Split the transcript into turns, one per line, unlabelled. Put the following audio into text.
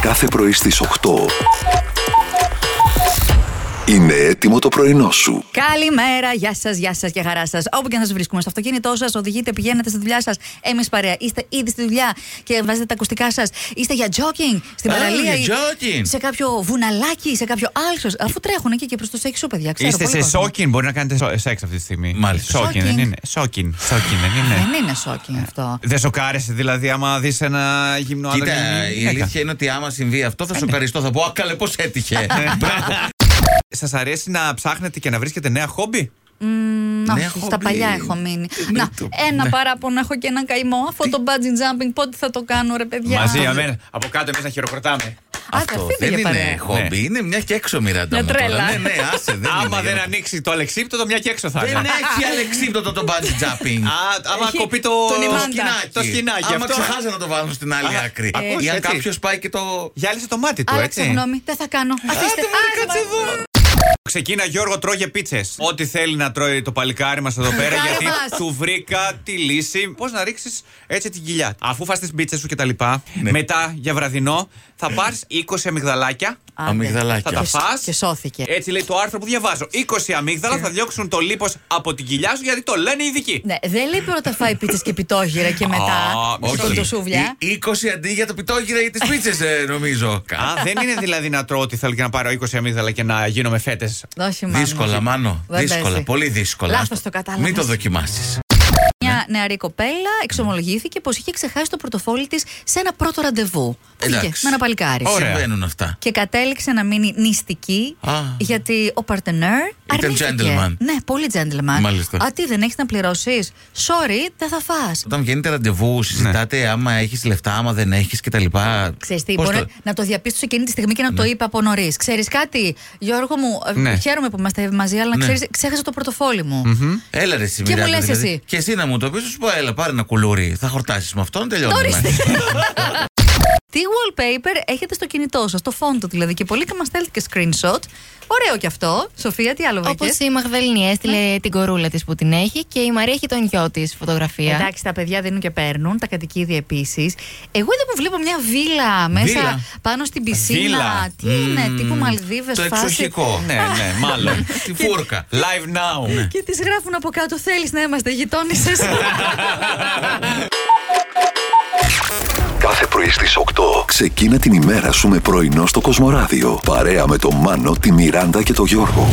κάθε πρωί στις 8. Είναι έτοιμο το πρωινό σου.
Καλημέρα, γεια σας, γεια σας και χαρά σας. Όπου και να σας βρίσκουμε, στο αυτοκίνητό σας, οδηγείτε, πηγαίνετε στη δουλειά σας. Εμείς παρέα. Είστε ήδη στη δουλειά και βάζετε τα ακουστικά σας. Είστε για jogging στην
Α,
παραλία.
για
ή
jogging.
Σε κάποιο βουναλάκι, σε κάποιο άλσος. Αφού τρέχουν εκεί και προς το σεξ σου, παιδιά. Ξέρω,
Είστε
πολύ
σε
κόσμο.
σόκιν, μπορεί να κάνετε σο- σεξ αυτή τη στιγμή.
Μάλιστα.
Σόκιν, δεν
Σόκιν. Ναι.
είναι. Σόκιν, σόκιν δεν είναι.
Δεν είναι σόκινγκ αυτό.
Δεν σοκάρεσαι δηλαδή άμα δεις ένα γυμνό Ναι, άντρα.
Κοίτα, η αλήθεια είναι ότι άμα συμβεί αυτό θα σοκαριστώ. Θα πω Α, καλέ, πώς έτυχε. Μπράβο.
Σας αρέσει να ψάχνετε και να βρίσκετε νέα χόμπι.
Να,
Ναι,
όχι,
έχω
στα
μπει.
παλιά έχω μείνει. Να, ε,
το- Ναι.
ένα παράπονο έχω και ένα καημό. Αυτό το bungee jumping, πότε θα το κάνω, ρε παιδιά.
Μαζί, αμένα. Από κάτω εμείς να χειροκροτάμε.
Αυτό
αυτή
δεν
πήγε
είναι
παρέα.
χόμπι, είναι μια και έξω μοιραντά.
Μια
μου τώρα.
τρέλα.
Ναι, ναι, άσε, δεν
Άμα
είναι
δεν
για-
ανοίξει το αλεξίπτωτο, μια και έξω θα
Δεν
είναι.
έχει αλεξίπτωτο το bungee jumping.
Α, άμα
Έχει
κοπεί το
τον
το
ημάντα.
σκηνάκι. Το σκηνάκι.
Άμα
αυτό.
ξεχάσει να το βάλουν στην άλλη
Α,
άκρη.
ακούς,
Ή αν
έτσι.
κάποιος πάει και το.
Γυάλισε το μάτι του,
Άλλαξε
έτσι.
γνώμη, δεν θα κάνω. Αφήστε. Άντε, μα-
Ξεκίνα Γιώργο, τρώγε πίτσες. Ό,τι θέλει να τρώει το παλικάρι μας εδώ πέρα,
Χάρη
γιατί
μας.
του βρήκα τη λύση. Πώς να ρίξεις έτσι την κοιλιά. Αφού φας τις πίτσε σου και τα λοιπά,
Ναι.
μετά για βραδινό θα πάρει 20 αμυγδαλάκια.
Άντε.
Αμυγδαλάκια.
Θα τα
Και σ-
φας.
και σώθηκε.
Έτσι λέει το άρθρο που διαβάζω. 20 αμύγδαλα θα διώξουν το λίπος από την κοιλιά σου γιατί το λένε οι ειδικοί.
Ναι, δεν λέει πρώτα φάει πίτσες και πιτόγυρα και μετά
Α,
στον
όχι.
τοσούβλια.
Ή- 20 αντί για το πιτόγυρα ή τις πίτσες, νομίζω.
Α, δεν είναι δηλαδή να τρώω ότι θέλω και να πάρω 20 αμύγδαλα και να γίνομαι φέτες.
Δώσε μάνα.
Δύσκολα, μάνο.
Δεν
Δύσκολα,
παίζει.
πολύ δύσκολα.
Λάθος
Άστο.
το κατάλαβες.
Μην το δοκιμάσεις.
Μια νεαρή κοπέλα εξομολογήθηκε πως είχε ξεχάσει το πορτοφόλι της σε ένα πρώτο ραντεβού. Που βγήκε με ένα παλικάρι.
Ωραία.
Συμβαίνουν αυτά.
Και κατέληξε να μείνει νηστική
Α.
γιατί ο παρτενέρ
Ήταν gentleman.
Ναι, πολύ gentleman.
Μάλιστα.
Α, τι δεν έχεις να πληρώσεις. Sorry, δεν θα φας
Όταν βγαίνετε ραντεβού, συζητάτε
Ναι.
άμα έχεις λεφτά, άμα δεν έχεις κτλ.
Ξέρεις τι,
Πώς
μπορεί
το- Ναι.
να το διαπίστωσε εκείνη τη στιγμή και να το είπα από νωρίς. Ξέρεις κάτι, Γιώργο μου, ε,
Ναι.
χαίρομαι που είμαστε μαζί, αλλά
Ναι.
ξέρεις, ξέχασα το πορτοφόλι μου.
Έλα ρε εσύ,
Και μου
Μιράντα,
λες
δηλαδή.
εσύ.
Και εσύ να μου το πει, σου πω, έλα, πάρε ένα κουλούρι. Θα χορτάσεις με αυτόν, τελειώνουμε. Λοιπόν.
Ορίστε. Τι wallpaper έχετε στο κινητό σας, το font του δηλαδή. Και πολύ και μας στέλνετε και screenshot. Ωραίο κι αυτό. Σοφία, τι άλλο
Όπως
βρήκες.
η Μαγδαληνή έστειλε την κορούλα της που την έχει και η Μαρία έχει τον γιο της φωτογραφία.
Εντάξει, τα παιδιά δίνουν και παίρνουν, τα κατοικίδια επίσης. Εγώ είδα που βλέπω μια βίλα μέσα
Βίλα.
πάνω στην πισίνα.
Βίλα.
Τι είναι, τύπου Μαλδίβες,
το
φάση.
εξοχικό.
Ναι, ναι, μάλλον.
Τη φούρκα.
Live now.
Και τις γράφουν από κάτω, θέλεις να είμαστε γειτόνισε.
Κάθε πρωί στις 8. Ξεκίνα την ημέρα σου με πρωινό στο Κοσμοράδιο. Παρέα με τον Μάνο, τη Μιράντα και τον Γιώργο.